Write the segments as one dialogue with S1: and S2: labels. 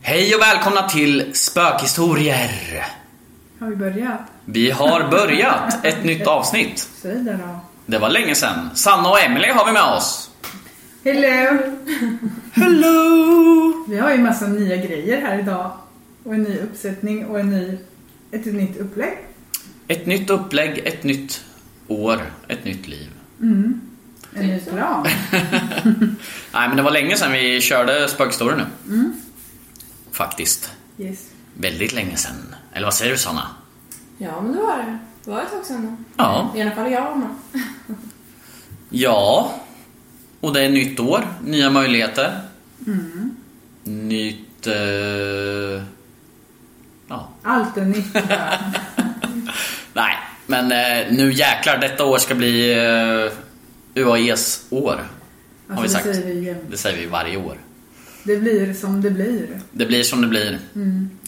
S1: Hej och välkomna till Spökhistorier!
S2: Har vi börjat?
S1: Vi har börjat ett nytt avsnitt.
S2: Säg det då.
S1: Det var länge sedan. Sanna och Emily har vi med oss.
S2: Hello!
S1: Hello!
S2: Vi har ju massa nya grejer här idag. Och en ny uppsättning och en ny, ett nytt upplägg.
S1: Ett nytt upplägg, ett nytt år, ett nytt liv.
S2: En
S1: Typ
S2: ny plan.
S1: Nej, men det var länge sedan vi körde Spökhistorier nu. Faktiskt.
S2: Yes.
S1: Väldigt länge sedan. Eller vad säger du Sanna?
S3: Ja, men det var det. Det var ett tag sedan då.
S1: Ja.
S3: I alla fall jag var med.
S1: Ja. Och det är nytt år, nya möjligheter. Mm. Nytt... Eh... Ja.
S2: Allt är nytt. Alltså,
S1: Nej, men eh, nu jäklar. Detta år ska bli eh, UAEs år. har vi
S2: det
S1: sagt.
S2: säger vi jämt.
S1: Det säger vi varje år.
S2: Det blir som det blir.
S1: Det blir som det blir.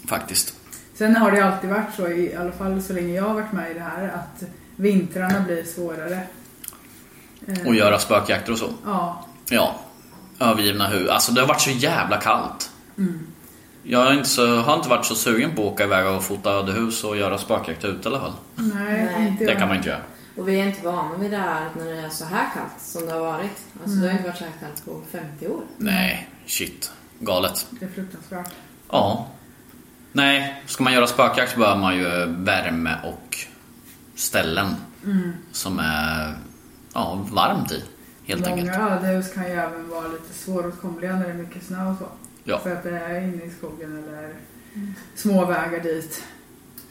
S1: Faktiskt.
S2: Sen har det alltid varit så, i alla fall så länge jag har varit med i det här, att vintrarna blir svårare. Eh,
S1: Och göra spökjakter och så.
S2: Ja.
S1: Ja. Övergivna hus. Alltså det har varit så jävla kallt. Jag har inte, så, har inte varit så sugen på att åka iväg och fota ödehus och göra spökjakt ute i alla fall.
S2: Nej,
S3: Nej.
S2: inte
S1: Det
S2: jag.
S1: kan man inte göra.
S3: Och vi är inte vana vid det här att när det är så här kallt som det har varit. Alltså det har inte varit så här kallt på 50 år.
S1: Nej, shit. Galet.
S2: Det är fruktansvärt.
S1: Ja. Nej, ska man göra spökjakt så behöver man ju värme och ställen
S2: Mm.
S1: som är ja, varmt i. Helt enkelt.
S2: Många ödehus kan ju även vara lite svåråtkomliga när det är mycket snö och så.
S1: Ja.
S2: För att det är inne i skogen eller små vägar dit.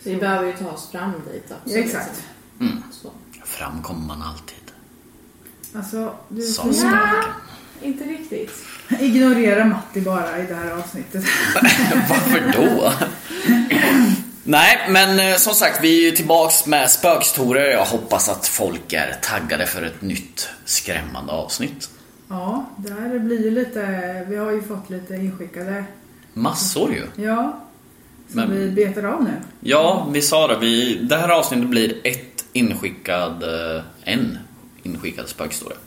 S3: Så vi behöver ju ta oss fram dit också.
S2: Ja,
S3: liksom.
S2: exakt.
S1: Mm.
S3: Så.
S1: Fram kommer man alltid.
S2: Alltså, du
S1: Sa
S2: får
S1: spöken.
S3: Inte riktigt.
S2: ignorera Matti bara i det här avsnittet.
S1: Varför då? Nej, men eh, som sagt, vi är ju tillbaks med spökstorer. Jag hoppas att folk är taggade för ett nytt skrämmande avsnitt.
S2: Ja, det här blir ju lite, vi har ju fått lite inskickade,
S1: Massor ju.
S2: ja, som
S1: Men-
S2: vi betar av nu.
S1: Ja, vi sa det. Vi, det här avsnittet blir ett inskickad, eh, en inskickad spökhistoria.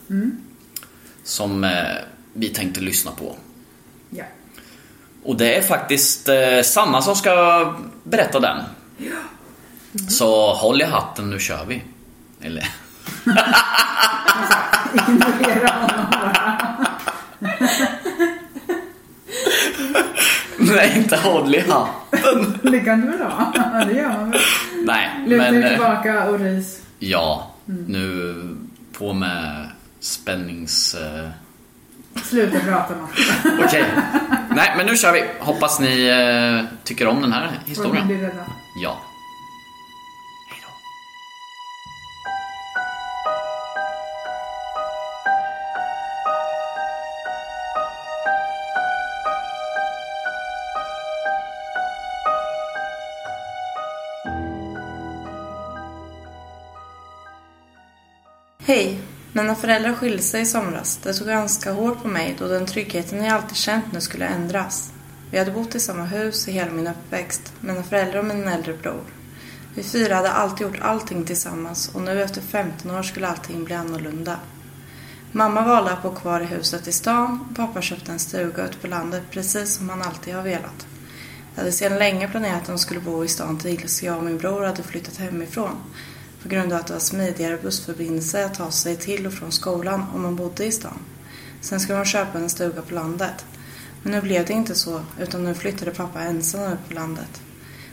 S1: Som eh, vi tänkte lyssna på.
S2: Ja.
S1: Och det är faktiskt eh, Sanna som ska berätta den. Så håll i hatten, nu kör vi. Eller?
S2: Ignorera honom bara.
S1: Nej, inte håll i hatten.
S2: Det kan du väl ha? Ja, det gör man väl.
S1: Nej,
S2: Luta
S1: men...
S2: dig
S1: eh,
S2: tillbaka och ris.
S1: Ja, nu på med spännings... eh,
S2: Sluta prata Matti.
S1: Okej. Nej, men nu kör vi. Hoppas ni eh, tycker om den här
S2: Och
S1: historien.
S2: bli rädda.
S1: Ja. Hej då.
S4: Hej! Mina föräldrar skilde sig i somras. Det tog ganska hårt på mig då den tryggheten jag alltid känt nu skulle ändras. Vi hade bott i samma hus i hela min uppväxt, mina föräldrar och min äldre bror. Vi fyra hade alltid gjort allting tillsammans och nu efter 15 år skulle allting bli annorlunda. Mamma valde att bo kvar i huset i stan och pappa köpte en stuga ute på landet precis som han alltid har velat. Jag hade sedan länge planerat att de skulle bo i stan tills jag och min bror hade flyttat hemifrån på grund av att det var smidigare bussförbindelse att ta sig till och från skolan om man bodde i stan. Sen skulle de köpa en stuga på landet. Men nu blev det inte så utan nu flyttade pappa ensam ut på landet.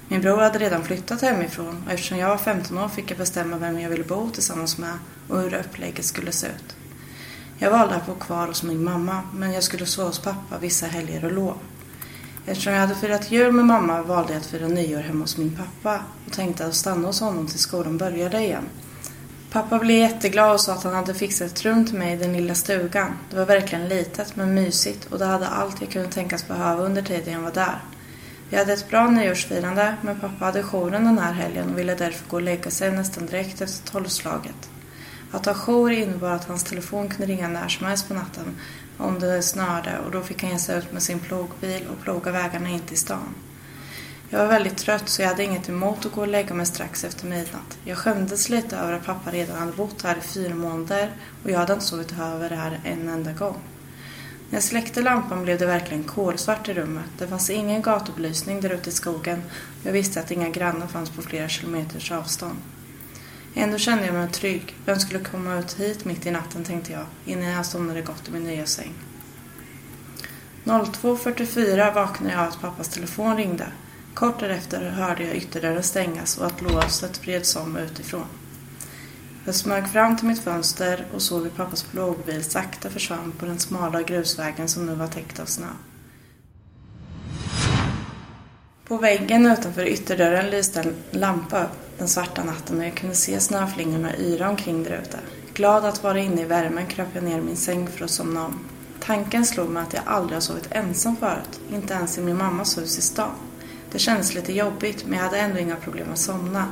S4: Min bror hade redan flyttat hemifrån och eftersom jag var 15 år fick jag bestämma vem jag ville bo tillsammans med och hur upplägget skulle se ut. Jag valde att bo kvar hos min mamma men jag skulle sova hos pappa vissa helger och lov. Eftersom jag hade firat jul med mamma valde jag att fira nyår hemma hos min pappa och tänkte att stanna hos honom tills skolan började igen. Pappa blev jätteglad och sa att han hade fixat ett rum till mig i den lilla stugan. Det var verkligen litet men mysigt och det hade allt jag kunde tänkas behöva under tiden jag var där. Vi hade ett bra nyårsfirande men pappa hade jouren den här helgen och ville därför gå och lägga sig nästan direkt efter tolvslaget. Att ha jour innebar att hans telefon kunde ringa när som helst på natten om det snörde och då fick han ge sig ut med sin plogbil och ploga vägarna in till stan. Jag var väldigt trött så jag hade inget emot att gå och lägga mig strax efter midnatt. Jag skämdes lite över att pappa redan hade bott här i fyra månader och jag hade inte sovit över här en enda gång. När jag släckte lampan blev det verkligen kolsvart i rummet. Det fanns ingen gatubelysning där ute i skogen. Jag visste att inga grannar fanns på flera kilometers avstånd. Ändå kände jag mig trygg. Vem skulle komma ut hit mitt i natten tänkte jag innan jag somnade gott i min nya säng. 02.44 vaknade jag av att pappas telefon ringde. Kort därefter hörde jag ytterdörren stängas och att låset vreds om utifrån. Jag smög fram till mitt fönster och såg hur pappas plogbil sakta försvann på den smala grusvägen som nu var täckt av snö. På väggen utanför ytterdörren lyste en lampa upp den svarta natten och jag kunde se snöflingorna yra omkring där ute. Glad att vara inne i värmen kröp jag ner i min säng för att somna om. Tanken slog mig att jag aldrig har sovit ensam förut, inte ens i min mammas hus i stan. Det kändes lite jobbigt men jag hade ändå inga problem att somna.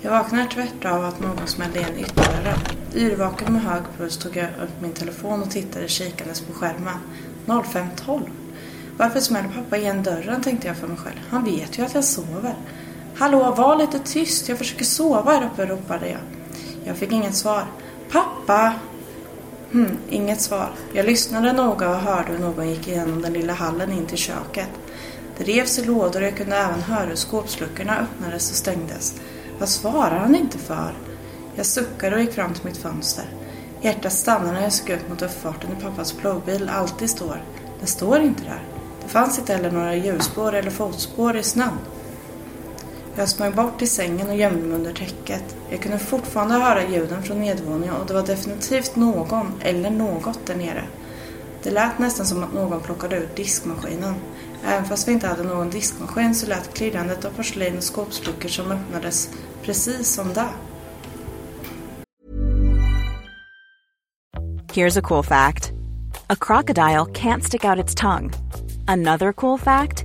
S4: Jag vaknade tvärt av att någon smällde igen ytterdörren. Yrvaken med hög puls tog jag upp min telefon och tittade kikandes på skärmen. 05.12. Varför smäller pappa igen dörren tänkte jag för mig själv. Han vet ju att jag sover. Hallå, var lite tyst. Jag försöker sova här uppe, ropade jag. Jag fick inget svar. Pappa! Hmm, inget svar. Jag lyssnade noga och hörde hur någon gick igenom den lilla hallen in till köket. Det revs i lådor och jag kunde även höra hur skåpsluckorna öppnades och stängdes. Vad svarar han inte för? Jag suckade och gick fram till mitt fönster. Hjärtat stannade när jag såg ut mot uppfarten där pappas plogbil alltid står. Den står inte där. Det fanns inte heller några hjulspår eller fotspår i snön. Jag smög bort till sängen och gömde mig under täcket. Jag kunde fortfarande höra ljuden från nedvåningen och det var definitivt någon eller något där nere. Det lät nästan som att någon plockade ut diskmaskinen. Även fast vi inte hade någon diskmaskin så lät klirrandet av porslin och skåpsluckor som öppnades precis som där.
S5: Here's a cool fact a crocodile can't stick out its tongue. Another cool fact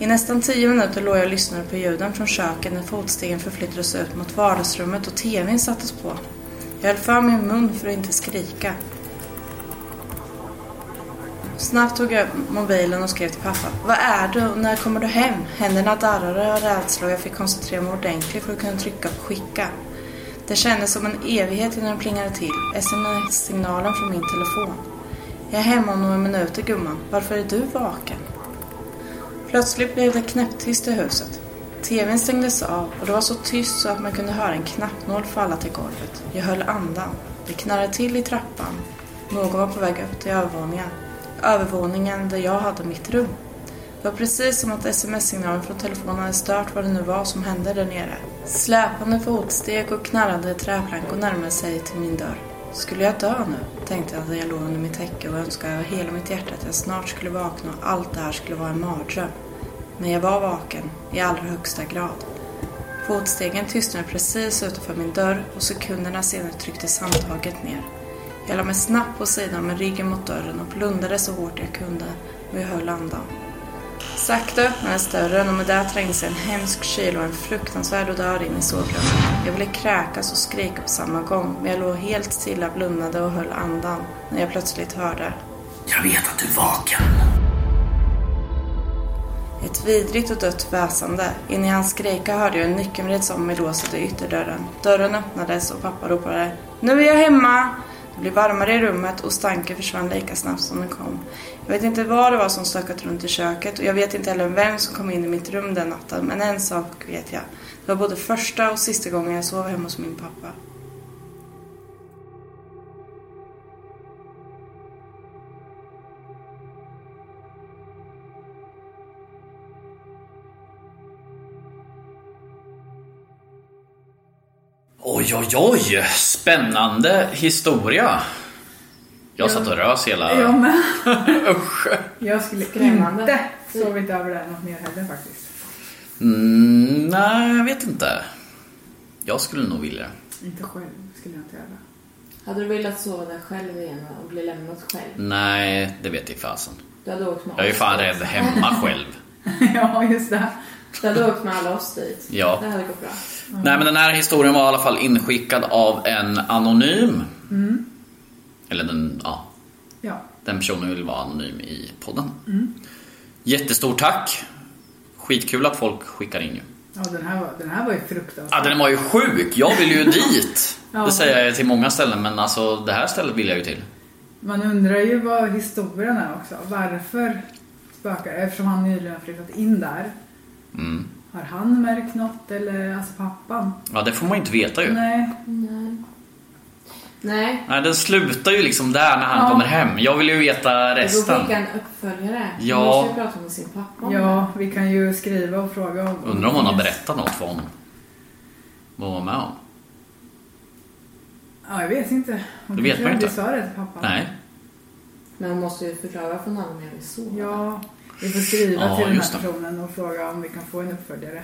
S4: I nästan tio minuter låg jag och lyssnade på ljuden från köket när fotstegen förflyttades ut mot vardagsrummet och TVn sattes på. Jag höll för min mun för att inte skrika. Snabbt tog jag upp mobilen och skrev till pappa. Vad är du och när kommer du hem? Händerna darrade av rädsla och jag fick koncentrera mig ordentligt för att kunna trycka på skicka. Det kändes som en evighet innan det plingade till. Sms-signalen från min telefon. Jag är hemma om några minuter gumman. Varför är du vaken? Plötsligt blev det knäpptyst i huset. TVn stängdes av och det var så tyst så att man kunde höra en knappnål falla till golvet. Jag höll andan. Det knarrade till i trappan. Någon var på väg upp till övervåningen. Övervåningen där jag hade mitt rum. Det var precis som att sms-signalen från telefonen hade stört vad det nu var som hände där nere. Släpande fotsteg och knarrande träplankor närmade sig till min dörr. Skulle jag dö nu? Tänkte jag när jag låg under mitt täcke och önskade av hela mitt hjärta att jag snart skulle vakna och allt det här skulle vara en mardröm. Men jag var vaken, i allra högsta grad. Fotstegen tystnade precis utanför min dörr och sekunderna senare trycktes handtaget ner. Jag la mig snabbt på sidan med ryggen mot dörren och blundade så hårt jag kunde och jag höll andan. Sakta öppnades dörren och med det trängde sig en hemsk kyla och en fruktansvärd odör in i sovrummet. Jag ville kräkas och skrika på samma gång men jag låg helt stilla, blundade och höll andan när jag plötsligt hörde
S1: Jag vet att du är vaken.
S4: ett vidrigt och dött väsande. In i hans skrika hörde jag hur nyckeln vreds om i låset i ytterdörren. Dörren öppnades och pappa ropade Nu är jag hemma! Det blev varmare i rummet och stanken försvann lika snabbt som den kom. Jag vet inte vad det var som stökat runt i köket och jag vet inte heller vem som kom in i mitt rum den natten. Men en sak vet jag. Det var både första och sista gången jag sov hemma hos min pappa.
S1: Oj, oj, oj. Spännande historia. Jag satt och rös hela...
S2: Jag med.
S1: Usch.
S2: Jag skulle
S3: Skrämmande.
S2: inte sovit över det här något mer heller faktiskt.
S1: Mm, nej, jag vet inte. Jag skulle nog vilja det.
S2: Inte själv skulle jag inte göra.
S3: Hade du velat sova där själv igen och bli lämnad själv?
S1: Nej, det vet jag fasen.
S3: Du hade åkt med
S1: Jag är ju
S3: oss
S1: fan
S3: dit.
S1: rädd hemma själv.
S2: ja, just det.
S3: Du hade åkt med alla oss dit.
S1: Ja.
S3: Det hade gått bra.
S1: Nej men den här historien var i alla fall inskickad av en anonym. Eller den, ja,
S2: Ja.
S1: den personen vill vara anonym i podden. Jättestort tack. Skitkul att folk skickar in ju.
S2: ja den, här var, den här var ju
S1: Ja,
S2: fruktansvärd.
S1: den var ju sjuk. Jag vill ju dit.
S2: Ja.
S1: Det säger jag till många ställen men alltså det här stället vill jag ju till.
S2: Man undrar ju vad historien är också. Varför spökar Eftersom han nyligen har flyttat in där.
S1: Mm.
S2: Har han märkt något eller alltså pappan?
S1: Ja det får man ju inte veta ju. Nej.
S2: Nej.
S3: Nej. Nej.
S1: den slutar ju liksom där när han
S2: Ja.
S1: kommer hem. Jag vill ju veta
S3: Du får skicka
S1: resten.
S3: en uppföljare.
S1: Ja.
S3: Hon måste ju prata med sin pappa om
S2: Ja, vi kan ju skriva och fråga om...
S1: Undrar om hon har berättat något för honom. Vad hon var med om.
S2: Ja, jag vet inte. Hon
S1: Det vet
S2: kanske
S1: man ju
S2: aldrig
S1: inte.
S2: sa det till pappa.
S1: Nej.
S3: Men hon måste ju förklara för någon när vi sover.
S2: Ja, vi får skriva
S1: Ja,
S2: till den
S1: just det.
S2: här personen och fråga om vi kan få en uppföljare.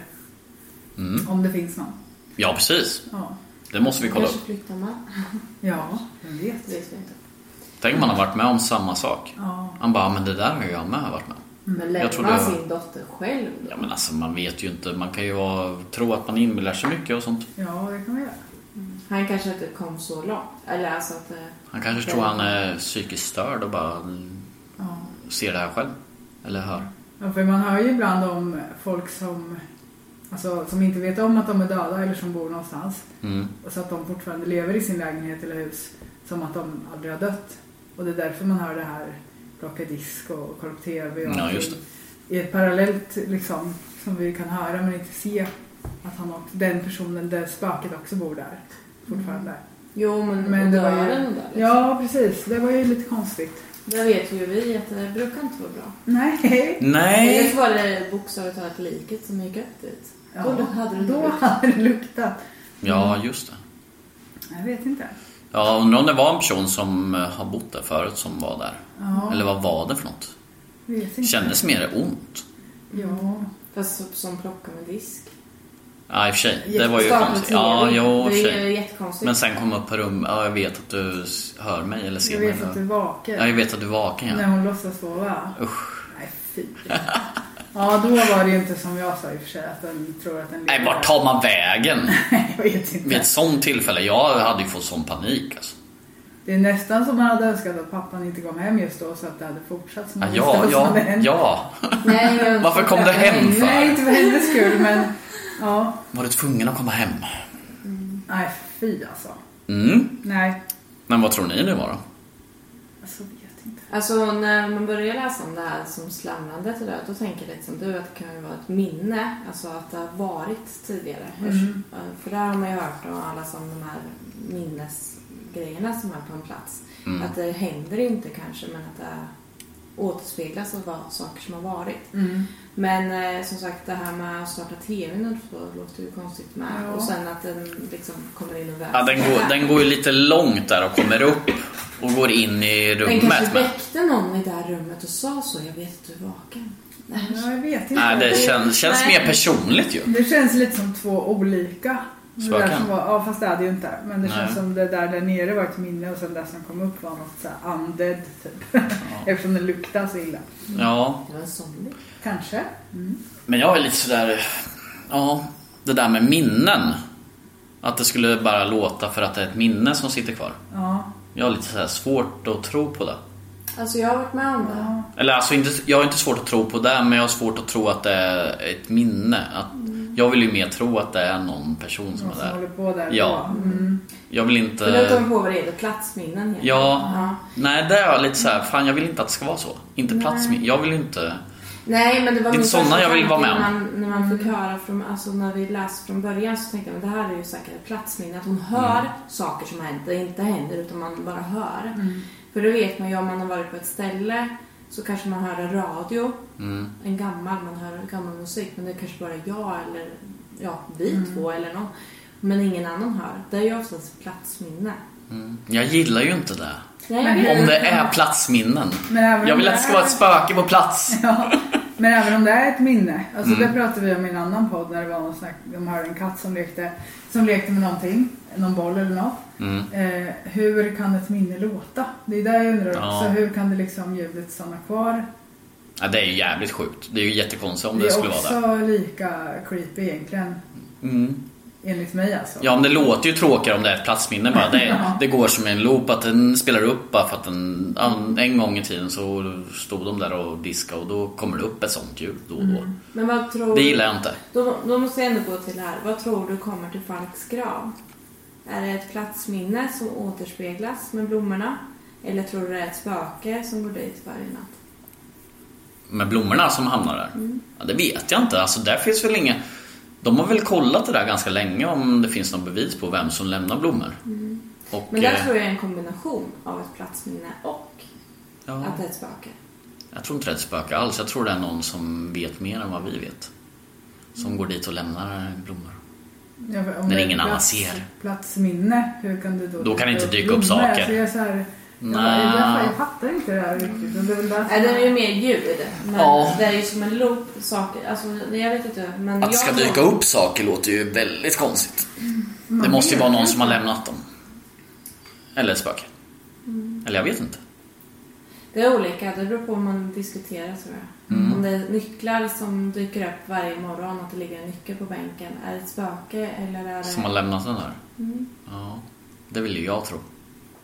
S1: Mm.
S2: Om det finns någon.
S1: Ja precis.
S2: Ja,
S1: Det måste vi kolla
S3: kanske
S1: upp.
S3: flyttar man.
S2: ja vem vet.
S3: Det vet jag inte.
S1: Tänk om man har varit med om samma sak.
S2: Ja.
S1: Han bara, men det där har jag med varit med om.
S3: Men lämnar
S1: trodde-
S3: han sin dotter själv då?
S1: Ja men alltså man vet ju inte, man kan ju vara, tro att man inbillar sig mycket och sånt.
S2: ja, det kan vi göra.
S3: Han kanske inte kom så långt. Eller alltså att... eh,
S1: Han kanske
S3: det-
S1: tror han är psykiskt störd och bara mm,
S2: Ja.
S1: ser det här själv. Eller hör.
S2: Ja, för man hör ju ibland om folk som, alltså, som inte vet om att de är döda eller som bor någonstans.
S1: Mm.
S2: Och så att de fortfarande lever i sin lägenhet eller hus som att de aldrig har dött. Och det är därför man hör det här plocka disk och kolla på TV och
S1: Ja,
S2: allting.
S1: just
S2: I ett parallellt liksom, som vi kan höra men inte se att han och den personen, det spöket också bor där fortfarande.
S3: Jo, men,
S2: Men
S3: och
S2: det var ju...
S3: dörren då? Liksom.
S2: Ja, precis. Det var ju lite konstigt.
S3: Där vet ju vi att det brukar inte vara bra.
S2: Nej.
S1: Nej!
S3: Dels var det bokstavligt talat liket som gick upp dit.
S2: Ja,
S3: Och då hade du
S2: då
S3: då...
S2: hade det luktat.
S1: Ja, just det.
S2: Jag vet inte.
S1: Ja, undrar om det var en person som eh, har bott där förut som var där.
S2: Ja,
S1: Eller vad var det för något?
S2: vet inte.
S1: Kändes mer ont.
S2: Ja,
S3: Fast som, som plockar med disk.
S1: Ja, i och för sig. Det var ju
S3: Starta
S1: konstigt.
S3: TV.
S1: Ja, jo, i och för
S3: Det är ju
S1: sig.
S3: jättekonstigt.
S1: Men sen kom upp på rum. Ja, jag vet att du s- hör mig eller ser
S2: jag
S1: mig.
S2: vet att du är vaken.
S1: Ja, jag vet att du är vaken ja.
S2: När hon låtsas sova.
S1: Usch.
S2: Nej, fy. Ja, då var det ju inte som jag sa i och för sig, att den tror att den
S1: Nej, vart tar man vägen?
S2: Nej, jag vet
S1: Vid
S2: inte.
S1: ett sånt tillfälle, jag hade ju fått sån panik alltså.
S2: Det är nästan som man hade önskat att pappan inte kom hem just då så att det hade fortsatt som
S1: Ja,
S2: man
S1: ja,
S2: visste vad som
S1: ja.
S2: hade hänt.
S1: ja.
S3: Nej, men-
S1: Varför kom du hem för?
S2: Nej, inte för hennes skull, men ja.
S1: Var du tvungen att komma hem?
S2: Nej, fy alltså.
S1: Mm.
S2: Nej,
S1: Men vad tror ni det var då?
S2: alltså vet inte.
S3: Alltså när man börjar läsa om det här som slamrandet och det, då tänker jag lite som du att det kan ju vara ett minne, alltså att det har varit tidigare.
S1: Mm.
S3: Eh, För det har man ju hört om alla som de här minnesgrejerna som är på en plats.
S1: Mm.
S3: Att det händer inte kanske men att det återspeglas av vad- saker som har varit. Men eh, som sagt det här med att starta TVn och så låter ju konstigt med.
S2: Ja.
S3: Och sen att den liksom kommer in och väser.
S1: Ja, den, går, den går ju lite långt där och kommer upp och går in i
S3: Den kanske
S1: rummet. Men,
S3: väckte någon i det här rummet och sa så. Jag vet att du är vaken. Nej.
S2: Ja, jag vet inte.
S1: nej, det känns, känns
S3: Nej.
S1: mer personligt ju.
S2: Det känns lite som två olika. Det
S1: Spöken.
S2: där som var, ja fast det är det ju inte. Men det
S1: Nej.
S2: känns som det där där nere var ett minne och sen det som kom upp var något så här undead typ. Eftersom det luktar så illa.
S1: Ja,
S3: Det var en zombie.
S2: Kanske.
S1: men jag är lite sådär... Ja, det där med minnen. Att det skulle bara låta för att det är ett minne som sitter kvar.
S2: Ja.
S1: Jag har lite sådär svårt att tro på det.
S3: Alltså jag har varit med om det.
S2: ja.
S1: Eller alltså, inte, jag har inte svårt att tro på det, men jag har svårt att tro att det är ett minne. Att, Jag vill ju mer tro att det är någon person som
S2: Någon
S1: är
S2: som håller
S1: där.
S2: på där.
S1: Ja.
S2: då. Mm.
S1: Jag vill
S3: För då kommer
S1: inte...
S3: jag på vad det är. Det är platsminnen egentligen.
S1: Eh. Ja,
S3: Ja.
S1: nej det är jag lite så här, fan jag vill inte att det ska vara så. Inte plats min- Jag vill inte...
S3: Nej men det var
S1: Det är
S3: min
S1: sådana
S3: första
S1: jag vill
S3: tanke
S1: vara med
S3: När
S1: om. Mm.
S3: man, när man fick höra från, alltså när vi läste från början så tänkte jag men det här är ju säkert ett platsminne. Att
S1: Mm.
S3: hon hör saker som inte, inte händer utan man bara hör.
S1: Mm.
S3: För då vet man ju om man har varit på ett ställe så kanske man hör en radio.
S1: Mm.
S3: En gammal, man hör gammal musik. Men det är kanske bara jag eller
S1: Mm.
S3: ja, vi två eller någon. Men ingen annan hör. Det är ju oftast platsminne.
S1: Jag gillar ju inte det.
S3: Nej, jag vet.
S1: Om det är platsminnen.
S2: Men även om
S1: Jag vill
S2: det
S1: att det ska vara ett spöke på plats.
S2: Ja, men även om det är ett minne. Alltså
S1: Mm.
S2: det pratade vi om i en annan podd när det var någon snack, de hörde en katt som lekte, som lekte med någonting, någon boll eller något.
S1: Mm.
S2: Eh, hur kan ett minne låta? Det är där jag undrar
S1: Ja.
S2: också. Hur kan det liksom ljudet stanna kvar?
S1: Ja, det är ju jävligt sjukt. Det är ju jättekonstigt om det,
S2: det är
S1: skulle vara det.
S2: också lika creepy egentligen.
S1: Mm.
S2: Enligt mig alltså.
S1: Ja, men det låter ju tråkigare om det är ett platsminne bara. Det,
S2: Ja.
S1: det går som en loop att den spelar upp bara för att den, ja, en gång i tiden så stod de där och diskade och då kommer det upp ett sånt ljud då och då.
S3: Mm. Men vad tror
S1: Mm. Det gillar jag inte.
S3: Då, då måste jag ändå gå till det här. Vad tror du kommer till Falks grav? Är det ett platsminne som återspeglas med blommorna? Eller tror du det är ett spöke som går dit varje natt?
S1: Med blommorna som hamnar där? Ja, det vet jag inte. Alltså, där finns väl inga... De har väl kollat det där ganska länge om det finns någon bevis på vem som lämnar blommor. Och,
S3: Men där
S1: eh,
S3: tror jag är en kombination av ett platsminne och
S1: ja,
S3: att det är ett spöke.
S1: Jag tror inte det är ett spöke alls. Jag tror det är någon som vet mer än vad vi vet. Som går dit och lämnar blommor.
S2: Ja, för om
S1: När
S2: det är
S1: ingen annan
S2: plats-
S1: ser.
S2: Platsminne, hur kan du då...
S1: Då kan det inte dyka upp
S2: blommor?
S1: saker.
S2: Alltså, jag, är så här, jag,
S1: Nej.
S2: bara, jag, jag fattar inte det här riktigt. Och Det är väl därför-
S3: Nej, Äh, det är ju mer ljud. Men
S1: Ja.
S3: det är ju som en loop. Saker. Alltså, jag vet inte. Men
S1: Att det ska
S3: jag tror-
S1: dyka upp saker låter ju väldigt konstigt. Det måste ju vara någon som har lämnat dem. Eller ett spöke.
S3: Mm.
S1: Eller jag vet inte.
S3: Det är olika, det beror på hur man diskuterar tror jag.
S1: Mm.
S3: Om det är nycklar som dyker upp varje morgon, att det ligger en nyckel på bänken. Är det ett spöke eller är det...
S1: Som har lämnat den där.
S3: Mm.
S1: Ja, det vill ju jag tro.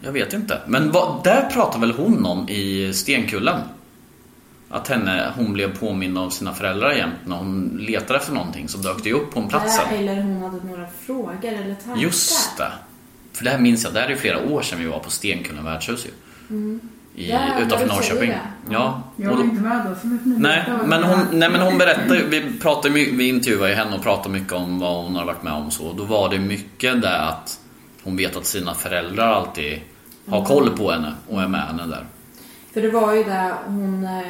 S1: jag vet inte. Men vad, där pratar väl hon om i Stenkullen? Att henne, hon blev påmind av sina föräldrar jämt när hon letade efter någonting så dök det ju upp på en plats sen.
S3: Eller hon hade några frågor eller tankar.
S1: Just det. För det här minns jag, det här är ju flera år sedan vi var på Stenkullen värdshus ju. I,
S3: Mm. Ja, när
S1: utanför
S3: du säger
S1: Norrköping.
S3: det.
S1: Ja.
S2: jag
S1: och
S2: var
S1: då-
S2: inte med då, så nu får ni
S1: Nej,
S2: veta vad
S1: men
S2: det
S1: hon,
S2: är.
S1: nej, men hon berättar ju- vi, pratar, my- vi intervjuar ju henne och pratar mycket om vad hon har varit med om så. Då var det mycket det att hon vet att sina föräldrar alltid har koll på henne och är med henne där.
S3: För det var ju där hon... eh,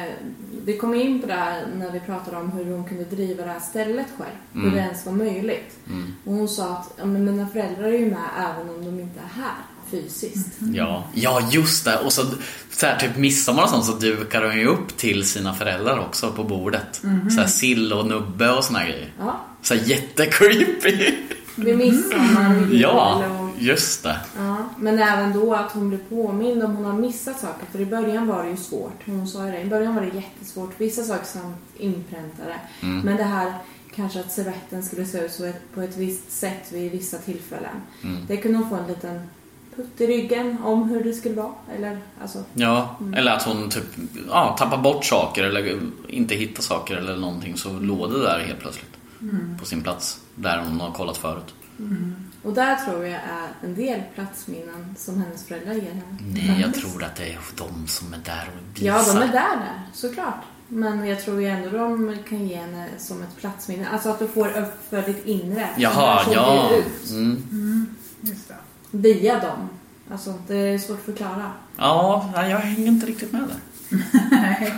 S3: Vi kom in på det här när vi pratade om hur hon kunde driva det här stället själv. Hur
S1: Mm.
S3: det ens var möjligt. Och hon sa att ja, men mina föräldrar är ju med även om de inte är här fysiskt.
S1: Ja, ja just det. Och så, så här, typ midsommar och sånt så dukar hon ju upp till sina föräldrar också på bordet. Så här sill och nubbe och såna här grejer.
S3: Ja.
S1: Så här, jättecreepy.
S3: Vid midsommar och jul
S1: Ja,
S3: och
S1: just det.
S3: Ja, men även då att hon blev påmind om hon har missat saker. För i början var det ju svårt. Hon sa ju det. I början var det jättesvårt. Vissa saker som inpräntade.
S1: Mm.
S3: Men det här kanske att servetten skulle se ut så ett- på ett visst sätt vid vissa
S1: Mm.
S3: tillfällen. Det kunde hon få en liten putt i ryggen om hur det skulle vara. Eller alltså,
S1: Ja, eller att hon typ ja, tappar bort saker eller inte hittar saker eller någonting så låg det där helt plötsligt.
S3: Mm.
S1: På sin plats, där hon har kollat förut.
S3: och där tror jag är en del platsminnen som hennes föräldrar ger henne.
S1: Nej, jag tror att det är de som är där och visar.
S3: Mm. Ja, de är där där, såklart. Men jag tror ju ändå de kan ge henne som ett platsminne. Alltså att du får upp för ditt inre. Alltså,
S1: Jaha,
S3: Som
S1: ja.
S3: kommer ut
S1: Mm.
S2: Just det.
S3: Via dem. Alltså, det är svårt att förklara.
S1: Ja, nej, jag hänger inte riktigt med där.
S2: Nej.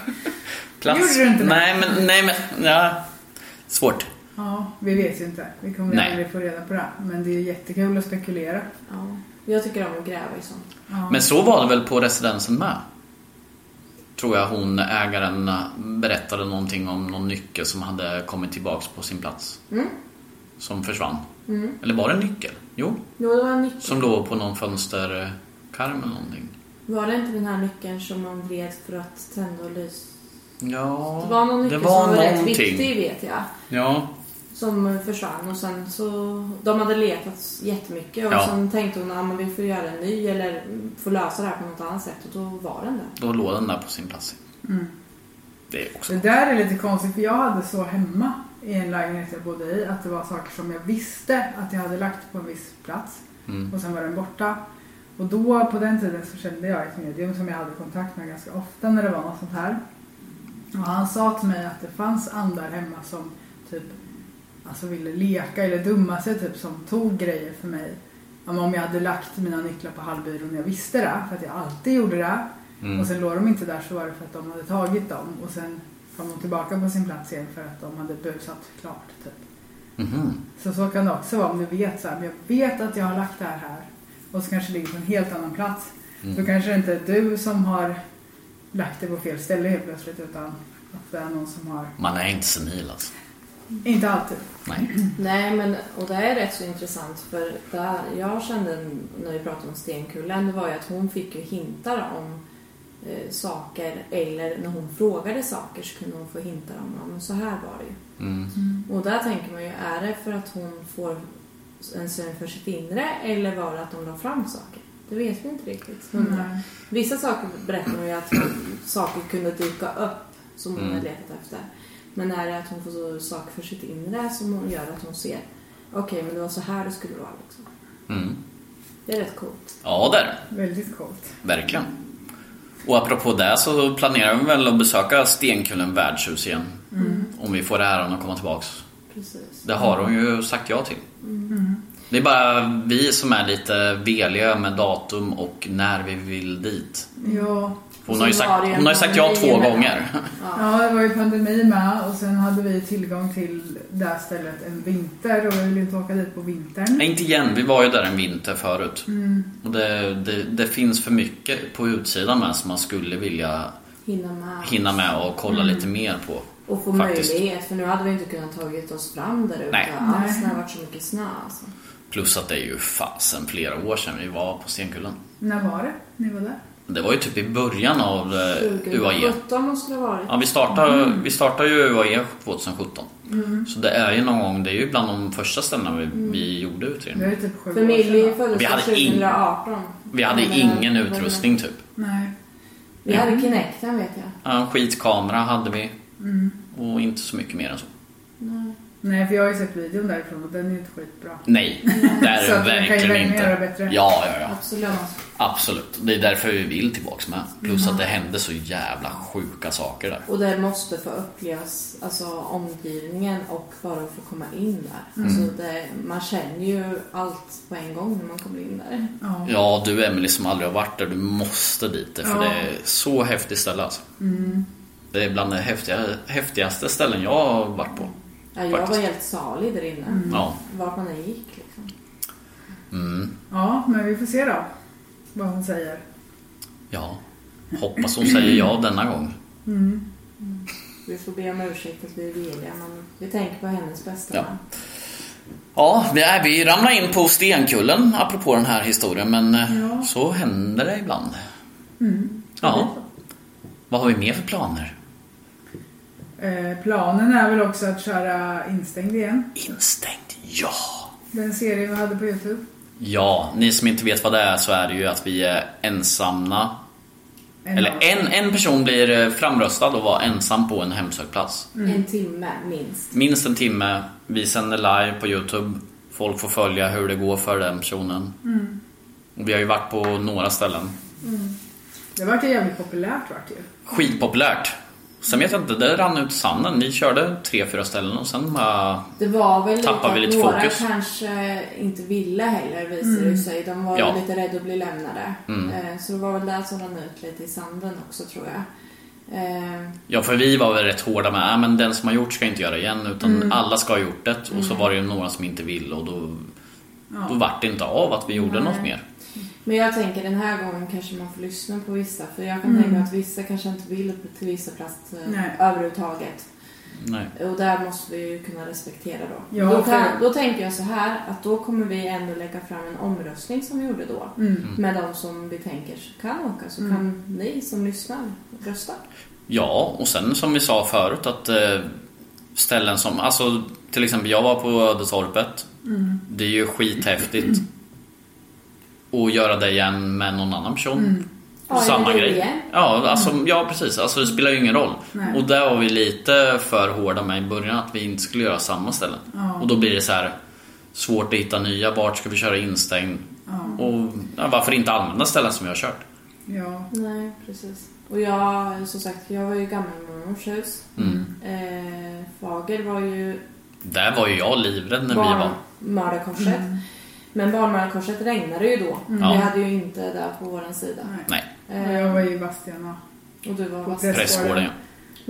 S1: Plats.
S2: Gjorde du inte det?
S1: Nej, men, nej, men, ja. Svårt.
S2: Ja, vi vet ju inte. Vi kommer
S1: Nej.
S2: aldrig få reda på det. Men det är jättekul att spekulera.
S3: Ja. Jag tycker om att gräva i sånt.
S2: Ja.
S1: Men så var det väl på residensen med? Tror jag hon, ägaren, berättade någonting om någon nyckel som hade kommit tillbaks på sin plats.
S3: Mm.
S1: Som försvann. Eller var det en nyckel? Jo,
S3: Jo, det var en nyckel.
S1: som låg på någon fönsterkarm eller någonting.
S3: Var det inte den här nyckeln som man vred för att tända och lys?
S1: Ja,
S3: Det var någon nyckel som var rätt viktig, vet jag.
S1: Ja,
S3: Som försvann och sen så... De hade letat jättemycket och
S1: Ja.
S3: sen tänkte hon att men vi får göra en ny eller mm, får lösa det här på något annat sätt. Och då var den där.
S1: då låg den där på sin plats. Det är också
S2: Mm. Det
S3: Mm.
S2: där är lite konstigt för jag hade så hemma i en lägenhet jag bodde i
S1: Mm.
S2: att det var saker som jag visste att jag hade lagt på en viss plats och sen var den borta. Och då på den tiden så kände jag ett medium som jag hade kontakt med ganska ofta när det var något sånt här. Och han sa till mig att det fanns andar hemma som typ alltså ville leka eller dumma sig typ som tog grejer för mig. Ja, men Om jag hade lagt mina nycklar på hallbyrån jag visste det för att jag alltid gjorde det.
S1: Mm.
S2: Och sen låg de inte där så var det för att de hade tagit dem och sen kom de tillbaka på sin plats igen för att de hade busat klart typ.
S1: Mhm.
S2: Så så kan det också vara om du vet så här, men jag vet att jag har lagt det här här och så kanske det ligger på en helt annan plats.
S1: Mm.
S2: Då kanske det inte är du som har lagt det på fel ställe helt plötsligt utan att det är någon som har,
S1: Man är inte senil alltså.
S2: inte alltid.
S1: Nej.
S3: Nej, men och det är rätt så intressant för där jag kände när vi pratade om stenkulan, det var ju att hon fick ju hintar om eh, saker eller när hon frågade saker så kunde hon få hintar om ja, men så här var det ju.
S1: Mm.
S3: Och där tänker man ju, är det för att hon får en syn för sitt inre eller var det att de la fram saker? Det vet vi inte riktigt.
S2: Nej.
S3: Vissa saker berättar hon ju att saker kunde dyka upp som hon
S1: Mm.
S3: hade letat efter. Men är det att hon får så saker för sitt inre som hon gör att hon ser okej, men det var så här det skulle vara liksom.
S1: Mm.
S3: Det är rätt coolt.
S1: Ja, där.
S2: Väldigt coolt.
S1: Verkligen. Och apropå det så planerar vi väl att besöka Stenkullen värdshus igen.
S3: Mm.
S1: Om vi får äran att komma tillbaks.
S3: Precis.
S1: Det har hon ju sagt ja till.
S3: Mm.
S1: Det är bara vi som är lite veliga med datum och när vi vill dit.
S2: Ja.
S1: Hon
S3: Så
S1: har ju
S3: var
S1: sagt,
S3: det ju
S1: hon har ju
S3: en
S1: sagt ja
S3: pandemi
S1: två
S3: emellan.
S1: gånger.
S2: ja, det var ju pandemi med och sen hade vi tillgång till det här stället en vinter och vi ville inte åka dit på vintern.
S1: Nej, inte igen. Vi var ju där en vinter förut.
S3: Mm.
S1: Och det, det, det finns för mycket på utsidan med som man skulle vilja
S3: Hinna med.
S1: hinna med och kolla
S3: Mm.
S1: lite mer på.
S3: Och få
S1: Faktiskt.
S3: möjlighet, för nu hade vi inte kunnat tagit oss fram där ute
S1: Nej.
S3: alls när det varit så mycket snö alltså.
S1: Plus att det är ju fasen flera år sedan vi var på Stenkullen.
S2: När var det ni var där?
S1: Det var ju typ i början av eh, UAE.
S3: 2017 måste det ha varit.
S1: Ja, vi startade,
S2: Mm.
S1: vi startade ju UAE 2017. Så det är ju någon gång, det är ju bland de första ställena vi,
S2: Mm.
S1: vi gjorde
S2: Det
S1: utredningen.
S2: var ju typ sju år
S3: Familj
S2: sedan. va?
S1: Vi hade
S3: föddes 2018.
S2: Mm.
S1: Vi hade
S3: Men,
S1: ingen
S3: eh,
S1: utrustning typ.
S2: Nej.
S3: Vi hade Kinecten vet jag.
S1: En skitkamera hade vi. Och inte så mycket mer än så.
S2: Mm. Nej, för jag har ju sett videon därifrån och den är ju inte skitbra.
S1: Nej, det är
S2: Så
S1: det
S2: att vi kan ju
S1: verkligen
S2: verkligen
S1: inte.
S2: göra bättre.
S1: Ja, ja, ja.
S3: Absolut.
S1: Absolut. Det är därför vi vill tillbaks med. Plus att det hände så jävla sjuka saker där.
S3: Och det måste få upplevas alltså, omgivningen och bara att få komma in där.
S1: Mm.
S3: Alltså, det, man känner ju allt på en gång när man kommer in där.
S2: Ja.
S1: Ja, du Emily som aldrig har varit där, du måste dit. För
S2: Ja.
S1: det är så häftigt ställe alltså.
S2: Mm.
S1: Det är bland de häftiga, häftigaste ställen jag har varit på.
S3: Ja, jag var
S1: Faktiskt.
S3: helt salig där inne.
S1: Ja.
S3: Vart man än gick liksom.
S2: ja, men vi får se då vad hon säger.
S1: ja. Hoppas hon säger ja denna gång.
S3: Vi får be om ursäkt att vi är veliga, men vi tänker på hennes bästa.
S1: Ja. Ja, vi, är, vi ramlar in på stenkullen apropå den här historien, men eh,
S2: Ja. Mm.
S1: så händer det ibland. Ja. Vad har vi mer för planer?
S2: Eh, planen är väl också att köra instängd igen.
S1: Instängt, ja!
S2: Den serien vi hade på Youtube.
S1: Ja, ni som inte vet vad det är så är det ju att vi är ensamma
S2: En
S1: Eller
S2: av-
S1: en, en person blir eh, framröstad och var ensam på en hemsökt plats.
S3: En timme minst.
S1: Minst en timme. Vi sänder live på Youtube. Folk får följa hur det går för den personen. Och vi har ju varit på några ställen.
S2: Det vart ju jävligt populärt vart ju.
S1: Skitpopulärt. Sen vet jag inte, det rann ut i sanden. Vi körde tre, fyra ställen och sen bara...
S3: Det var väl
S1: Tappar vi
S3: lite att
S1: lite
S3: några
S1: fokus?
S3: kanske inte ville heller visar det sig. De var
S1: Ja. Mm.
S3: ju lite rädda att bli lämnade. Eh, Så det var väl det som rann ut lite i sanden också tror jag. Eh,
S1: Ja, för vi var väl rätt hårda med "Ah, men den som har gjort ska inte göra igen utan alla ska ha gjort det. Och så var det ju några som inte ville och då, då vart det inte av att vi gjorde något mer.
S3: Men jag tänker den här gången kanske man får lyssna på vissa. För jag kan tänka mig att vissa kanske inte vill till vissa plats eh,
S2: Mm. Nej.
S3: överhuvudtaget.
S1: Nej.
S3: Och där måste vi ju kunna respektera då.
S2: Ja,
S3: då,
S2: för-
S3: kan, då tänker jag så här att då kommer vi ändå lägga fram en omröstning som vi gjorde då.
S2: Mm.
S3: Med de som vi tänker kan åka. Så kan ni som lyssnar rösta.
S1: Ja, och sen som vi sa förut att eh, ställen som, alltså till exempel jag var på Ödetorpet. Det är ju skithäftigt att göra det igen med någon annan person.
S2: Mm.
S3: Ja,
S1: Samma
S3: eller
S1: grej.
S3: igen.
S1: Ja, alltså, ja, precis. Alltså, det spelar ju ingen roll.
S2: Mm.
S1: Och där var vi lite för hårda med i början att vi inte skulle göra samma ställen. Och då blir det så här svårt att hitta nya. Vart ska vi köra instängd?
S2: Ja.
S1: Och ja, varför inte använda ställen som jag har kört?
S2: Ja.
S3: Nej, precis. Och jag, som sagt, jag var ju gammelmormors hus.
S1: Mm.
S3: Eh, Fager var ju
S1: Där var ju jag livrädd när vi var.
S3: barnmördarkorset.
S2: Mm.
S3: Men barnmördarkorset regnade ju då. Vi
S1: Mm. Ja.
S3: hade ju inte det på våran sida. Eh,
S2: Nej.
S1: Nej,
S2: Och jag var i Vadstena.
S3: Och du var
S2: På
S3: vass.
S2: press.
S1: Prästgården ja.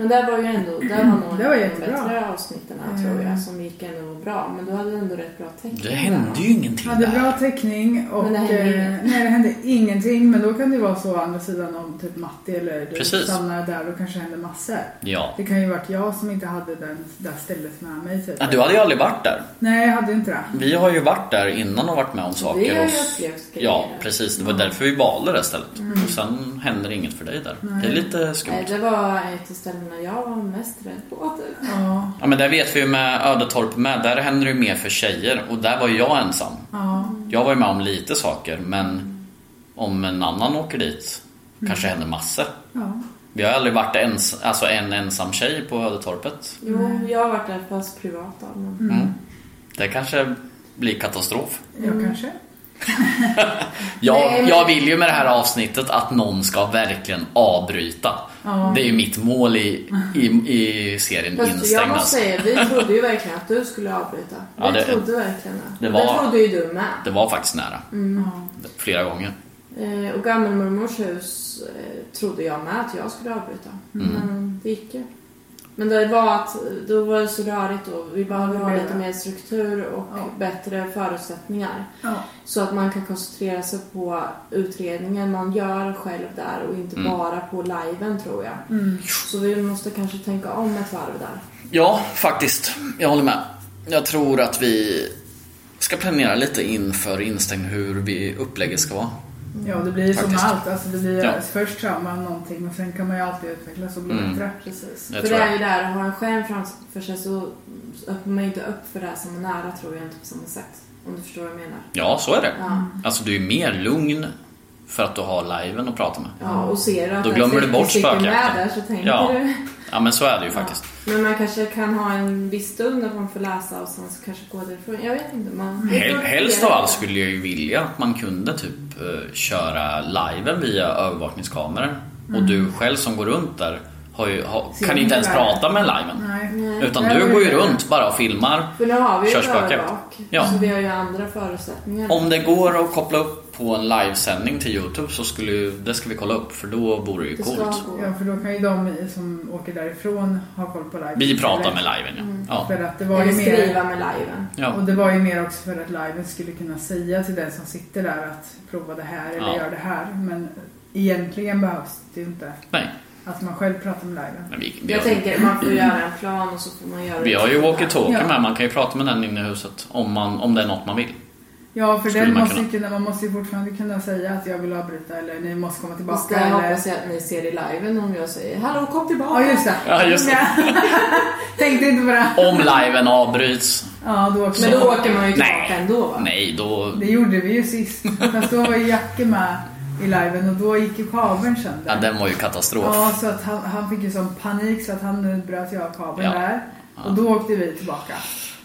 S3: Men där var ju ändå, där var nog
S2: Det var
S3: en av de
S2: jättebra.
S3: bättre avsnitten här, tror jag, som gick ändå bra. Men du hade ändå rätt bra tecken.
S1: Det
S3: där.
S1: hände ju ingenting
S2: Hade
S1: där.
S2: bra täckning och
S3: Men det hände
S2: eh,
S3: inget.
S2: nej, det hände ingenting. Men då kan det ju vara så å andra sidan om typ Matti eller du
S1: Precis.
S2: stannar där då kanske händer massor.
S1: Ja.
S2: Det kan ju varit jag som inte hade den, det där stället med mig typ.
S1: Ja, Du hade ju aldrig varit där.
S2: Nej, jag hade inte det.
S1: Vi har ju varit där innan och varit med om saker.
S3: Vi har ju
S1: och-
S3: upplevt grejer.
S1: Ja,
S3: Mm.
S1: precis. Det var därför vi valde det stället. Och sen händer inget för dig där. Det är lite
S3: Nej,
S1: skumt.
S3: Eh, det var ett av ställena jag var mest rädd på. typ.
S2: Ja,
S1: Ja, men det vet vi ju med Ödetorp med. Där händer det ju mer för tjejer. Och där var ju jag ensam.
S2: ja.
S1: Jag var ju med om lite saker, men om en annan åker dit kanske
S3: Mm.
S1: händer massor.
S2: ja.
S1: Vi har aldrig varit ens, alltså en ensam tjej på Ödetorpet.
S3: Jo,
S2: Mm.
S3: jag har varit där fast privat då, men...
S1: Mm. Det kanske blir katastrof.
S2: Jag kanske.
S1: Jag,
S3: Nej, men-
S1: jag vill ju med det här avsnittet att någon ska verkligen avbryta. Det är ju mitt mål i, i, i serien
S3: Fast jag
S1: Instängd.
S3: måste
S1: Alltså.
S3: säga, vi trodde ju verkligen att du skulle avbryta. Vi
S1: Ja, det-
S3: trodde verkligen det.
S1: det
S3: Det,
S1: var-
S3: trodde ju du med.
S1: Det var faktiskt nära.
S2: Ja.
S1: Flera gånger.
S3: Eh, och gammelmormors hus eh, trodde jag med att jag skulle avbryta.
S1: Mm.
S3: Men det gick ju. Men det var att då var det så rörigt då. Vi behöver ha lite mer struktur och
S2: Ja.
S3: bättre förutsättningar.
S2: Ja.
S3: Så att man kan koncentrera sig på utredningen man gör själv där och inte
S1: Mm.
S3: bara på liven tror jag. Så vi måste kanske tänka om ett varv där.
S1: Ja, faktiskt. Jag håller med. Jag tror att vi ska planera lite inför instängd hur vi upplägget ska vara.
S2: Ja, det blir ju som
S1: Faktiskt.
S2: med allt. Alltså, det blir
S1: Ja. Mm.
S2: först trauma om någonting och sen kan man ju alltid utvecklas och bli bättre.
S3: Precis.
S1: Jag
S3: för det
S1: tror
S3: är
S1: jag.
S3: ju där, har en skärm framför sig så öppnar man inte upp för det som är nära tror jag inte på samma sätt. Om du förstår vad jag menar.
S1: Ja, så är det.
S3: Ja.
S1: Alltså du är mer lugn för att du har liven att prata med.
S3: Ja, och ser du att
S1: Då
S3: den
S1: glömmer du
S3: sitter-
S1: bort
S3: sitter med
S1: spökjakten.
S3: där så tänker
S1: Ja.
S3: du.
S1: Ja, men så är det ju faktiskt.
S3: Men man kanske kan ha en viss stund där man får läsa och sen så kanske gå därifrån. Jag vet inte. Man...
S1: Mm, Hel- Helst av allt skulle jag ju vilja att man kunde typ eh, köra liven via övervakningskameror. Och du själv som går runt där har ju, har,
S2: Mm. Ser
S1: kan
S2: inte
S1: inte ens
S2: världen.
S1: prata med liven.
S2: Nej.
S3: Nej.
S1: Utan
S2: Nej,
S1: du
S2: men-
S1: går ju runt bara och filmar.
S3: För nu har vi ju
S1: Kör
S3: ett
S1: spöket.
S3: övervak.
S1: Ja.
S3: Så vi har ju andra förutsättningar.
S1: Om det går att koppla upp på en livesändning till Youtube så skulle ju, det ska vi kolla upp för då vore det ju
S3: det ska
S1: coolt.
S3: gå.
S2: Ja, för då kan ju de i- som åker därifrån ha koll på live.
S1: Vi pratar
S2: Eller-
S1: med liven ja. ja.
S2: För att det var
S3: Eller
S2: ju mer...
S3: skriva med liven.
S2: Mm. Och
S1: ja.
S2: det var ju mer också för att liven skulle kunna säga till den som sitter där att prova det här eller
S1: Ja.
S2: gör det här. Men egentligen behövs det ju inte
S1: Nej,
S2: att man själv pratar med liven.
S1: men vi, vi,
S3: Jag
S1: har,
S3: tänker man får göra en plan och så får man göra
S1: vi har ju walkie-talkie
S2: Ja.
S1: med. Man kan ju prata med den inne i huset om, man, om det är något man vill.
S2: Ja, för
S1: Skulle
S2: den
S1: man
S2: måste
S1: kunna-
S2: ju kunna, man måste ju fortfarande kunna säga att jag vill avbryta eller ni måste komma
S3: Fast
S2: tillbaka.
S3: det
S2: eller...
S3: hoppas jag att ni ser i liven om jag säger Hallå kom tillbaka!
S2: Ja, just det.
S1: Ja, just det.
S2: Tänkte inte på det.
S1: Om liven avbryts.
S2: Ja, då också.
S3: Men då åker man ju tillbaka
S1: Nej.
S3: ändå va?
S1: Nej, då...
S2: Det gjorde vi ju sist. Fast då var ju Jacke med i liven och då gick ju kabeln
S1: Ja,
S2: sönder.
S1: den var ju katastrof.
S2: Ja, så att han, han fick ju sån panik så att han bröt ju av kabeln
S1: Ja.
S2: där. Och då åkte vi tillbaka.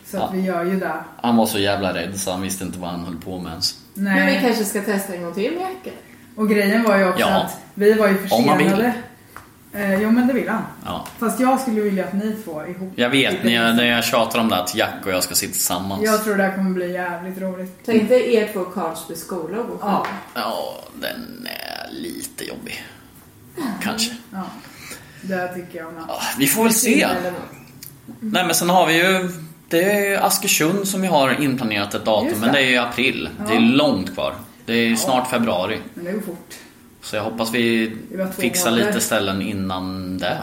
S2: Så att
S1: Ja.
S2: vi gör ju det.
S1: Han var så jävla rädd så han visste inte vad han höll på med ens.
S3: Men vi
S2: Nej.
S3: kanske ska testa en gång till med Jacke?
S2: Och grejen var ju också
S1: Ja.
S2: att vi var ju
S1: Om man vill.
S2: försenade. Eh, jo men det vill han.
S1: Ja.
S2: Fast jag skulle vilja att ni två ihop.
S1: Jag vet,
S2: sitter
S1: när jag, när
S2: tillsammans.
S1: jag tjatar om det här att Jack och jag ska sitta tillsammans.
S2: Jag tror det här kommer bli jävligt roligt.
S3: Tänk dig er två Karlsby skola och gå
S2: Ja.
S1: Ja, den är lite jobbig. Kanske.
S2: ja. Det tycker jag med.
S1: Ja, vi får väl se.
S3: Eller något.
S1: Nej men sen har vi ju Det är ju Askersund som vi har inplanerat ett datum
S2: Just det.
S1: men det är ju i april. Det är långt kvar. Det är snart februari.
S2: Men det går fort.
S1: Så jag hoppas vi
S2: Det var två
S1: fixar
S2: månader. Mm.
S1: lite ställen innan det.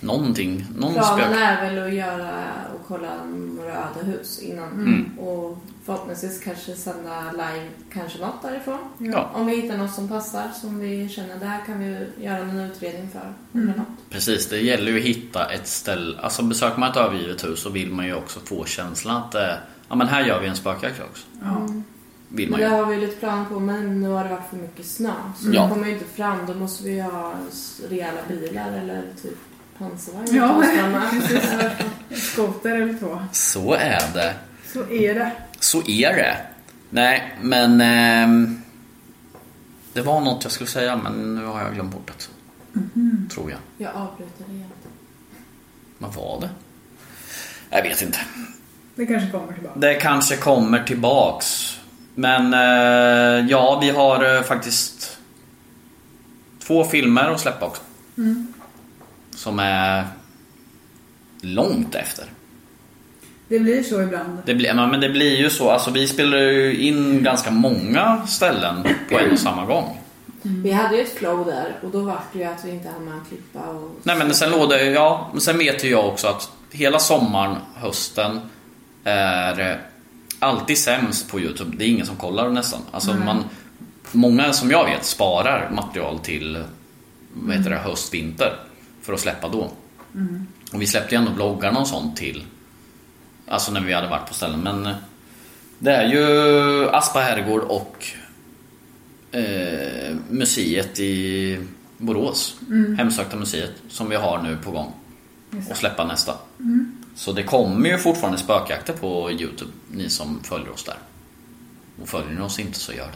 S1: Någonting. Någon
S3: Planen
S1: spök.
S3: är väl att göra och kolla några ödehus innan
S1: Mm.
S3: och förhoppningsvis kanske sända live kanske något därifrån.
S1: Ja.
S3: Om vi hittar något som passar som vi känner det här kan vi göra en utredning för. Eller något.
S1: Precis, det gäller ju att hitta ett ställe. Alltså besöker man ett övergivet hus så vill man ju också få känslan att eh, ja men här gör vi en spökjakt också.
S2: Ja.
S1: Vill
S3: Men
S1: man
S3: det
S1: ju.
S3: har vi ju lite planer på men nu har det varit för mycket snö så
S1: Ja.
S3: vi kommer ju inte fram. Då måste vi ha s- rejäla bilar eller typ pansarvagnar.
S2: Ja.
S3: på oss hemma.
S2: Skoter eller två.
S1: Så är det.
S2: Så är det.
S1: Så är det. Nej, men... ehm, det var något jag skulle säga, men nu har jag glömt bort det. Tror jag.
S3: Jag avbryter det igen.
S1: Vad var det? Jag vet inte.
S2: Det kanske kommer tillbaka.
S1: Det kanske kommer tillbaks. Men eh, ja, vi har eh, faktiskt två filmer att släppa också. Som är långt efter.
S2: Det blir så ibland.
S1: Det blir, ja, men det blir ju så. Alltså, vi spelar ju in ganska många ställen på en och samma gång.
S3: Vi hade ju ett flow där och då var det ju att vi inte hann med att klippa och...
S1: Nej men sen låg det, ja, men sen vet ju jag också att hela sommaren, hösten är eh, alltid sämst på Youtube. Det är ingen som kollar nästan. Alltså man, många som jag vet sparar material till vad heter det, höst, vinter för att släppa då. Och vi släppte ju ändå bloggarna och sånt till, alltså när vi hade varit på ställen. Men eh, det är ju Aspa herrgård och eh, museet i Borås, Hemsökta museet, som vi har nu på gång. Och släppa nästa. Så det kommer ju fortfarande spökjakter på Youtube, ni som följer oss där. Och följer ni oss inte så gör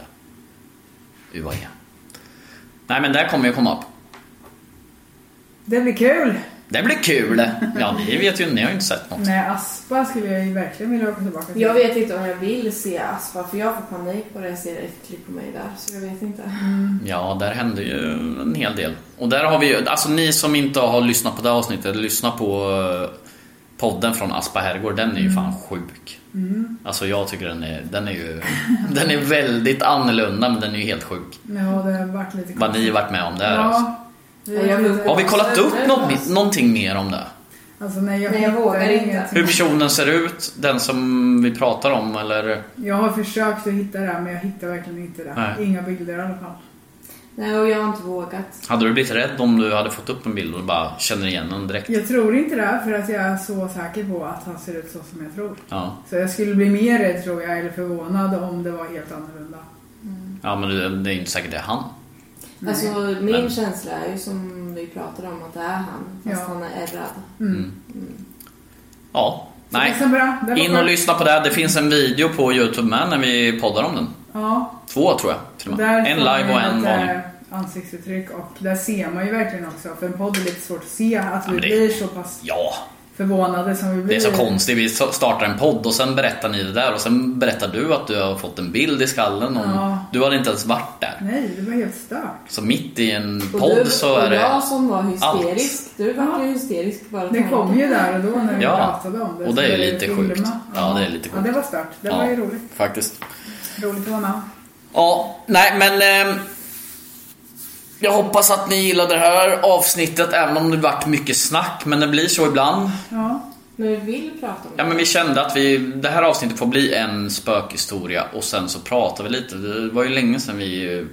S1: det. UAE. Nej men där kommer ju komma upp.
S2: Det blir kul!
S1: Det blir kul! Ja, ni vet ju, ni har ju inte sett något.
S2: Nej, Aspa skulle jag ju verkligen vilja åka tillbaka till.
S3: Jag vet inte om jag vill se Aspa för jag får panik bara jag ser ett klipp på mig där. Så jag vet inte.
S2: Mm,
S1: Ja, där hände ju en hel del. Och där har vi ju, alltså ni som inte har lyssnat på det här avsnittet, lyssna på eh, podden från Aspa herrgård, den är ju fan sjuk.
S2: mm.
S1: Alltså jag tycker den är, den är ju, den är väldigt annorlunda men den är ju helt sjuk.
S2: Ja, det har varit lite
S1: Vad ni varit med om där alltså.
S2: Ja. Vi
S3: Ja, jag vill-
S1: Har vi kollat upp något, mi- någonting mer om det?
S2: Alltså, nej, jag,
S3: Nej, jag
S2: hittar
S3: vågar inte.
S2: inget.
S1: Hur personen ser ut, den som vi pratar om eller?
S2: Jag har försökt att hitta det här, men jag hittar verkligen inte det.
S1: Nej.
S2: Inga bilder i alla fall.
S3: Nej, och jag har inte vågat.
S1: Hade du blivit rädd om du hade fått upp en bild och bara känner igen den direkt?
S2: Jag tror inte det, för att jag är så säker på att han ser ut så som jag tror.
S1: Ja,
S2: Så jag skulle bli mer rädd tror jag, eller förvånad om det var helt annorlunda.
S1: ja men det, det är ju inte säkert det är han.
S3: Alltså min
S1: Men-
S3: känsla är ju som vi pratade om att det är han. Fast
S2: Ja.
S3: han är ärrad.
S1: Ja,
S2: Mm. Så
S1: Mm. nej.
S2: det är så bra. Det var
S1: In och
S2: skönt.
S1: lyssna på det. Det finns en video på Youtube med när vi poddar om den.
S2: Ja,
S1: Två tror jag. Till och
S2: där
S1: med. En
S2: får man
S1: live och
S2: ju
S1: en
S2: lite
S1: vanlig.
S2: ansiktsuttryck och där ser man ju verkligen också, för en podd är lite svårt att se, att vi
S1: men det-
S2: blir så pass
S1: Ja,
S2: förvånade som vi blir.
S1: det är så konstigt. Vi startar en podd och sen berättar ni det där och sen berättar du att du har fått en bild i skallen. Och
S2: Ja.
S1: Du hade inte ens varit där.
S2: Nej, det var helt stört.
S1: Så mitt i en
S3: Och
S1: podd så är
S3: och
S1: det...
S3: jag som var hysterisk. Du var ju hysterisk bara
S2: Det kom ju där och då när vi
S1: Ja,
S2: pratade om det.
S1: och det
S2: så
S1: är ju
S2: började
S1: lite
S2: vi
S1: sjukt.
S2: filma.
S1: Ja, det är lite
S2: Ja,
S1: sjukt.
S2: det var stört. Det
S1: Ja,
S2: var ju roligt.
S1: Faktiskt.
S2: Roligt att vara med.
S1: Ja, nej men... ehm, jag hoppas att ni gillade det här avsnittet även om det vart mycket snack. Men det blir så ibland.
S2: Ja,
S3: Men vi vill prata om
S1: Ja
S3: det.
S1: men vi kände att vi, det här avsnittet får bli en spökhistoria och sen så pratar vi lite. Det var ju länge sedan vi eh,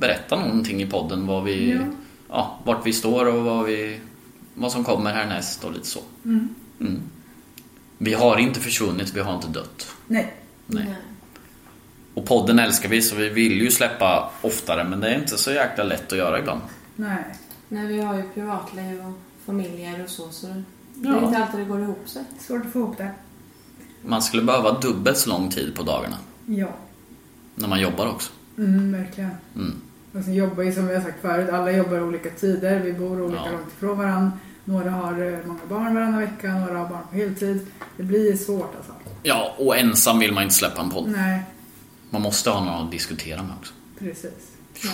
S1: berättade någonting i podden vad vi, ja.
S2: Ja.
S1: vart vi står och vad, vi, vad som kommer härnäst och lite så. Mm. Vi har inte försvunnit, vi har inte dött.
S2: nej.
S1: Nej. Och podden älskar vi så vi vill ju släppa oftare men det är inte så jäkla lätt att göra ibland.
S2: Nej.
S3: Nej, vi har ju privatliv och familjer och så. så det
S1: Ja.
S3: är inte alltid det går ihop sig.
S2: Svårt att få ihop det.
S1: Man skulle behöva dubbelt så lång tid på dagarna
S2: Ja,
S1: när man jobbar också.
S2: mm, verkligen.
S1: Mm.
S2: Och sen jobbar ju som vi har sagt förut, alla jobbar olika tider, vi bor olika
S1: Ja.
S2: långt ifrån varandra. Några har eh, många barn varannan vecka, några har barn på heltid. Det blir svårt alltså.
S1: Ja, och ensam vill man inte släppa en podd.
S2: Nej,
S1: Man måste ha någon att diskutera med också.
S2: precis.
S3: Ja.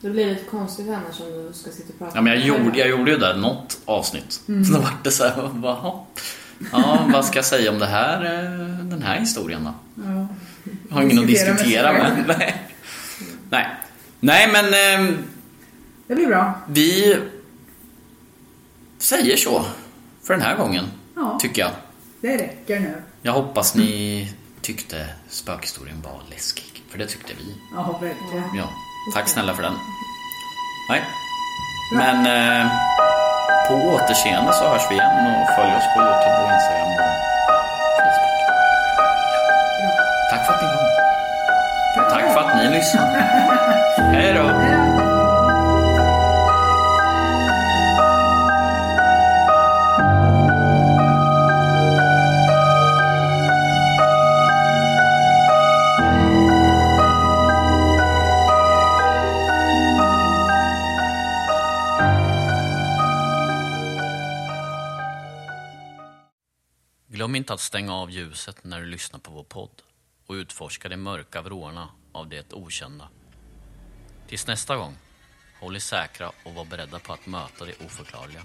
S3: Det blir lite konstigt annars om du ska sitta och prata
S1: Ja, men jag,
S3: med dig.
S1: gjorde, jag gjorde ju det något avsnitt.
S2: Mm.
S1: Så då vart det så här, jaha. Ja, vad ska jag säga om det här, eh, den här historien då?
S2: Ja.
S1: Jag har ingen att
S2: Diskutera med
S1: diskutera
S2: sig
S1: med. Nej. Nej. Nej, men eh,
S2: Det blir bra.
S1: vi säger så för den här gången,
S2: Ja.
S1: tycker jag.
S2: Det räcker nu.
S1: Jag hoppas ni tyckte spökhistorien var läskig, för det tyckte vi.
S2: Ja, verkligen.
S1: Ja, tack snälla för den. Nej. Men eh, på återseende så hörs vi igen och följ oss på Youtube och Instagram och Facebook. Tack för att ni kom. Tack för att ni lyssnade. Hej då. Glöm inte att stänga av ljuset när du lyssnar på vår podd och utforska de mörka vrårna av det okända. Tills nästa gång, håll er säkra och var beredda på att möta det oförklarliga.